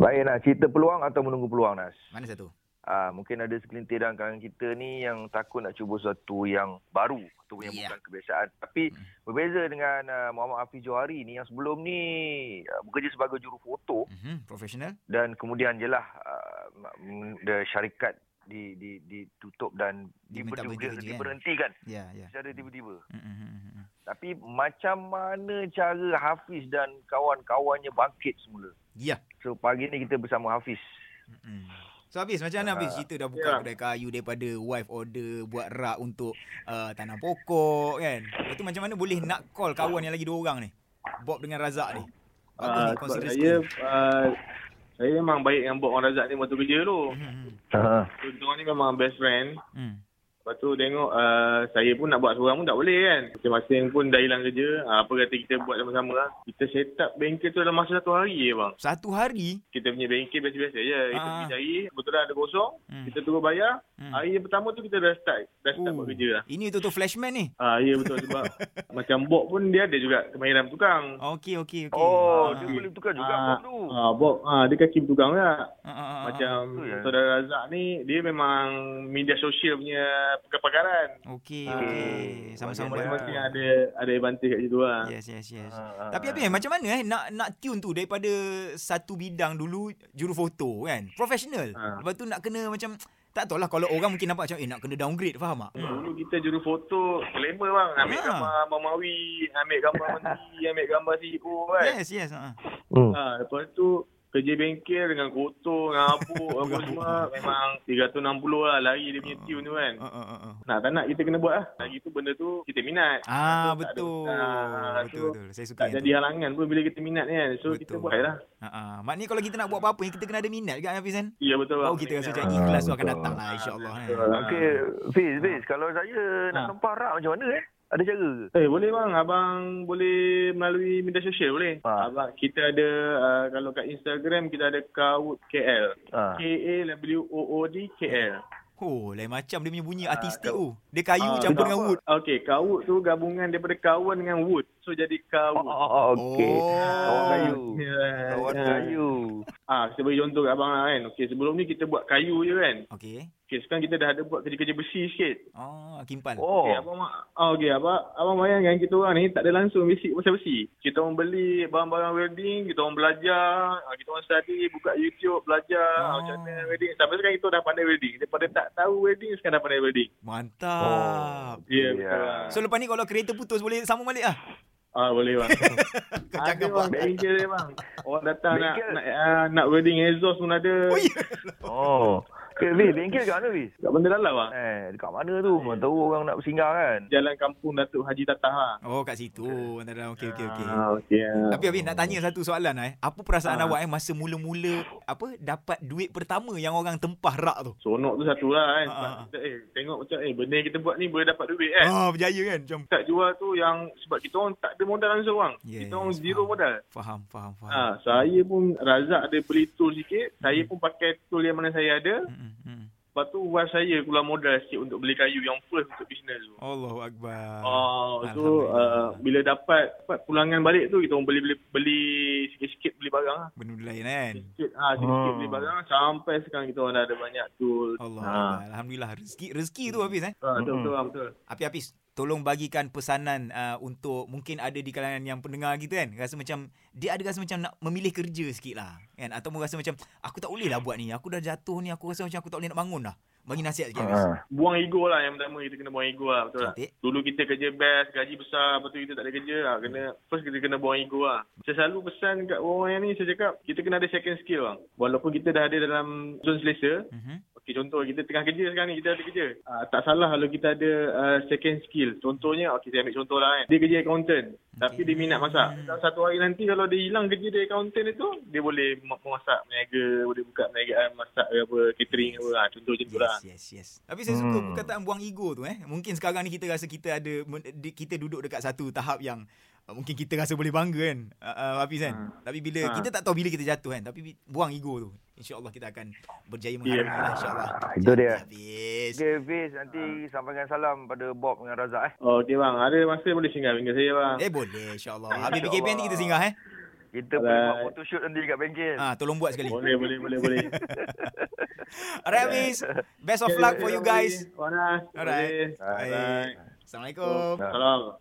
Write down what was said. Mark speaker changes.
Speaker 1: saya nak cerita peluang atau menunggu peluang Nas?
Speaker 2: Mana satu?
Speaker 1: Ah, mungkin ada sekelintir dalam kalangan kita ni yang takut nak cuba sesuatu yang baru atau yang
Speaker 2: Ya. Hmm.
Speaker 1: bukan kebiasaan. Tapi berbeza dengan uh, Muhammad Hafiz Johari ni yang sebelum ni uh, bekerja sebagai juru foto
Speaker 2: Mhm, profesional.
Speaker 1: dan kemudian jelah uh, m- the syarikat di di ditutup dan
Speaker 2: Diminta
Speaker 1: diber-
Speaker 2: berhenti kerja, kan?
Speaker 1: diberhentikan
Speaker 2: Ya, ya.
Speaker 1: secara tiba-tiba.
Speaker 2: Mhm, mhm, mhm.
Speaker 1: Tapi macam mana cara Hafiz dan kawan-kawannya bangkit semula?
Speaker 2: Ya.
Speaker 1: So pagi ni kita bersama Hafiz.
Speaker 2: Mm. So Hafiz macam mana Hafiz cerita dah buka yeah.
Speaker 3: Ya.
Speaker 2: kedai kayu daripada wife order buat rak untuk uh, tanam pokok kan. Lepas tu macam mana boleh nak call kawan yang lagi dua orang ni? Bob dengan Razak ni. Bagus
Speaker 3: Ah,
Speaker 2: ni
Speaker 3: sebab
Speaker 2: consider
Speaker 3: saya
Speaker 2: skill.
Speaker 3: uh, saya memang baik dengan Bob orang Razak ni waktu kerja tu.
Speaker 2: Mhm, mhm.
Speaker 1: Ha.
Speaker 3: So, kita orang ni memang best friend.
Speaker 2: Hmm.
Speaker 3: Lepas tu tengok uh, saya pun nak buat seorang pun tak boleh kan. Masing-masing pun dah hilang kerja. Ah, apa kata kita buat sama-sama lah. Kita set up bengkel tu dalam masa satu hari je bang.
Speaker 2: Satu hari
Speaker 3: Kita punya bengkel biasa-biasa je. Kita
Speaker 2: Ah.
Speaker 3: pergi cari, betul ada kosong.
Speaker 2: Hmm.
Speaker 3: Kita tunggu bayar.
Speaker 2: Hmm.
Speaker 3: Hari yang pertama tu kita dah start. Dah start
Speaker 2: Oh.
Speaker 3: buat kerja lah.
Speaker 2: Ini tu tu flashman ni.
Speaker 3: Ah, ya betul sebab macam Bob pun dia ada juga kemahiran tukang.
Speaker 2: Okey okey okey.
Speaker 1: Oh, dia
Speaker 3: okey.
Speaker 1: boleh tukar juga
Speaker 3: Ah,
Speaker 1: bom tu.
Speaker 2: Oh.
Speaker 3: ah, Bob, ah, dia kaki bertukang lah.
Speaker 2: Ah, ah, ah, ah.
Speaker 3: Macam
Speaker 1: betul ya.
Speaker 3: Saudara Razak ni Dia memang Media sosial punya Perkara-perkaran
Speaker 2: Okey
Speaker 3: Ah,
Speaker 2: okey. Sama-sama.
Speaker 3: Masing-masing
Speaker 2: bantu.
Speaker 3: ada Ada advantage kat situ lah
Speaker 2: Yes yes yes.
Speaker 1: Ah, ah,
Speaker 2: Tapi
Speaker 1: ah.
Speaker 2: Hafiz macam mana eh nak nak tune tu daripada satu bidang dulu juru foto kan. Profesional.
Speaker 3: Ha.
Speaker 2: Lepas tu nak kena macam tak tahulah kalau orang mungkin nampak macam eh nak kena downgrade faham tak?
Speaker 3: Dulu kita juru foto Glamour bang Ambil
Speaker 2: Ah.
Speaker 3: gambar Mamawi Ambil gambar Menteri Ambil gambar CEO kan
Speaker 2: Yes yes ha.
Speaker 1: Hmm.
Speaker 3: ha, Lepas tu Kerja bengkel dengan kotor Dengan abu Apa semua Memang 360 lah Lari dia punya tune tu kan
Speaker 2: Uh, uh, uh, uh.
Speaker 3: Nak tak nak kita kena buat lah Lagi tu benda tu Kita
Speaker 2: Ah
Speaker 3: minat Tak ada-
Speaker 2: betul.
Speaker 3: Ah,
Speaker 2: Betul
Speaker 3: so,
Speaker 2: betul. Saya suka
Speaker 3: Tak
Speaker 2: yang
Speaker 3: jadi
Speaker 2: tu.
Speaker 3: halangan pun Bila kita minat ni kan So kita
Speaker 2: Betul.
Speaker 3: buat lah
Speaker 2: Ha ah. Maknanya kalau kita nak buat apa-apa kita kena ada minat juga Hafiz kan.
Speaker 3: Ya betul bang
Speaker 2: Baru kita rasa macam
Speaker 3: Minat,
Speaker 1: Ah,
Speaker 2: ikhlas tu akan
Speaker 1: betul.
Speaker 2: datang lah insya-Allah kan.
Speaker 3: betul.
Speaker 1: Okey, Fiz, Fiz, kalau saya nak
Speaker 3: Ha.
Speaker 1: tempah rak macam mana eh? Ada cara ke?
Speaker 3: Eh boleh bang, abang boleh melalui media sosial boleh.
Speaker 1: Ha.
Speaker 3: Abang kita ada uh, kalau kat Instagram kita ada Kawood KL.
Speaker 1: Ha.
Speaker 3: K A W O O D KL.
Speaker 2: Oh, lain macam dia punya bunyi artistik
Speaker 3: tak-
Speaker 2: tu. Dia kayu
Speaker 3: Ah,
Speaker 2: campur
Speaker 3: betul.
Speaker 2: dengan wood.
Speaker 3: Okey, Kawood tu gabungan daripada kawan dengan wood. So jadi
Speaker 1: Oh,
Speaker 3: Kawood.
Speaker 1: oh, oh, okey. Kawan
Speaker 2: Oh.
Speaker 1: kayu.
Speaker 3: Yeah.
Speaker 1: Kawan kayu.
Speaker 3: Ah, saya bagi contoh kat abang lah kan. Okey, sebelum ni kita buat kayu je kan.
Speaker 2: Okey.
Speaker 3: Okey, sekarang kita dah ada buat kerja-kerja besi sikit.
Speaker 2: Oh, kimpal.
Speaker 1: Oh.
Speaker 3: Okey, abang ma- ah, okey, abang abang bayangkan kita orang ni tak ada langsung basic pasal besi. Kita orang beli barang-barang welding, kita orang belajar, ah, kita orang study, buka YouTube, belajar
Speaker 2: Oh.
Speaker 3: oh. macam mana welding. Sampai sekarang kita dah pandai welding. Daripada tak tahu welding sekarang dah pandai welding.
Speaker 2: Mantap.
Speaker 3: Ya, yeah,
Speaker 1: Ya.
Speaker 3: betul. lah.
Speaker 2: Ah. So lepas ni kalau kereta putus boleh sambung balik ah.
Speaker 3: ah boleh bang. ada
Speaker 2: cakap
Speaker 3: bang, bengkel dia bang. Orang datang nak
Speaker 1: Bengkel?
Speaker 3: nak, ah, nak welding exhaust pun ada.
Speaker 2: Oh ya.
Speaker 1: Oh. Okey, Fiz, bengkel kat mana, Fiz?
Speaker 3: Kat benda dalam bang.
Speaker 1: Eh, dekat mana
Speaker 3: Ah,
Speaker 1: tu?
Speaker 3: ya.
Speaker 1: Mana tahu orang nak bersinggah kan?
Speaker 3: Jalan Kampung Datuk Haji Tatah lah.
Speaker 2: Oh kat situ. Antara okey okey okey.
Speaker 3: Ah, okey. ah.
Speaker 2: Tapi Habib nak tanya satu soalan eh. Apa perasaan
Speaker 3: Ah.
Speaker 2: awak eh masa mula-mula apa dapat duit pertama yang orang tempah rak tu?
Speaker 3: Sonok tu satu lah kan.
Speaker 2: Ah, ah,
Speaker 3: Sebab
Speaker 2: ah.
Speaker 3: kita, eh, tengok macam eh benda yang kita buat ni boleh dapat duit kan.
Speaker 2: Ah berjaya kan macam.
Speaker 3: tak jual tu yang sebab kita orang tak ada modal langsung bang.
Speaker 2: Yes,
Speaker 3: kita orang zero
Speaker 2: faham.
Speaker 3: modal.
Speaker 2: Faham faham faham.
Speaker 3: Ha, saya pun Razak ada beli tool sikit. Saya pun pakai tool yang mana saya ada.
Speaker 2: Mm, mm, mm.
Speaker 3: Lepas tu wife saya keluar modal sikit untuk beli kayu yang first untuk bisnes tu.
Speaker 2: Allahu akbar.
Speaker 3: Oh, so
Speaker 2: Alhamdulillah.
Speaker 3: uh, bila dapat, dapat pulangan balik tu kita orang beli beli, beli sikit-sikit beli barang lah.
Speaker 2: Benda lain kan.
Speaker 3: Sikit, ha, sikit-sikit
Speaker 1: Hmm.
Speaker 2: Oh.
Speaker 3: beli barang sampai sekarang kita orang dah ada banyak tool.
Speaker 2: Allah
Speaker 3: Ha.
Speaker 2: ha. alhamdulillah rezeki rezeki tu Hafiz eh.
Speaker 3: Ha, betul, betul, bang, betul.
Speaker 2: Api Hafiz tolong bagikan pesanan uh, untuk mungkin ada di kalangan yang pendengar kita kan rasa macam dia ada rasa macam nak memilih kerja sikit lah kan atau rasa macam aku tak boleh lah buat ni aku dah jatuh ni aku rasa macam aku tak boleh nak bangun dah bagi nasihat sikit Hafiz
Speaker 1: Ha.
Speaker 3: Buang ego lah yang pertama kita kena buang ego lah betul tak?
Speaker 2: Cantik.
Speaker 3: Dulu kita kerja best, gaji besar, lepas tu kita tak ada kerja lah. Kena, first kita kena buang ego lah. Saya selalu pesan kat orang yang ni, saya cakap kita kena ada second skill bang. Walaupun kita dah ada dalam zone selesa,
Speaker 2: Mhm.
Speaker 3: Okay, contoh kita tengah kerja sekarang ni, kita ada kerja. Uh, tak salah kalau kita ada uh, second skill. Contohnya, okay, saya ambil contoh lah kan. Dia kerja accountant, tapi dia minat masak. Dalam satu hari nanti kalau dia hilang kerja dia accountant itu, dia boleh ma- memasak, meniaga, boleh buka perniagaan, masak ke apa, catering ke apa. Ha, contoh macam tu lah.
Speaker 2: Yes, yes, yes. Tapi saya suka
Speaker 1: Hmm.
Speaker 2: perkataan buang ego tu eh. Mungkin sekarang ni kita rasa kita ada men- di- kita duduk dekat satu tahap yang uh, mungkin kita rasa boleh bangga kan. Uh, uh, Hafiz kan.
Speaker 3: Ha.
Speaker 2: Tapi bila
Speaker 3: Ha.
Speaker 2: kita tak tahu bila kita jatuh kan. Tapi bi- buang ego tu. InsyaAllah kita akan berjaya mengharungi
Speaker 3: Yeah.
Speaker 2: yeah. insyaAllah.
Speaker 1: Itu
Speaker 2: ya.
Speaker 1: Ya. dia.
Speaker 2: Hafiz.
Speaker 1: Okey, Fiz,
Speaker 2: Ah.
Speaker 1: nanti sampaikan salam pada Bob dengan Razak eh.
Speaker 3: Oh, okey bang. Ada masa boleh singgah dengan saya bang.
Speaker 2: Eh boleh insyaAllah. Habis PKP nanti kita singgah eh.
Speaker 1: Kita boleh buat photoshoot nanti kat bengkel.
Speaker 2: Ah, tolong buat sekali.
Speaker 3: Boleh, boleh, boleh, boleh.
Speaker 2: Alright Hafiz. Best of luck for you guys.
Speaker 3: Wanas.
Speaker 2: Alright. Eh.
Speaker 3: Alright.
Speaker 2: Baik. Assalamualaikum.
Speaker 3: Salam.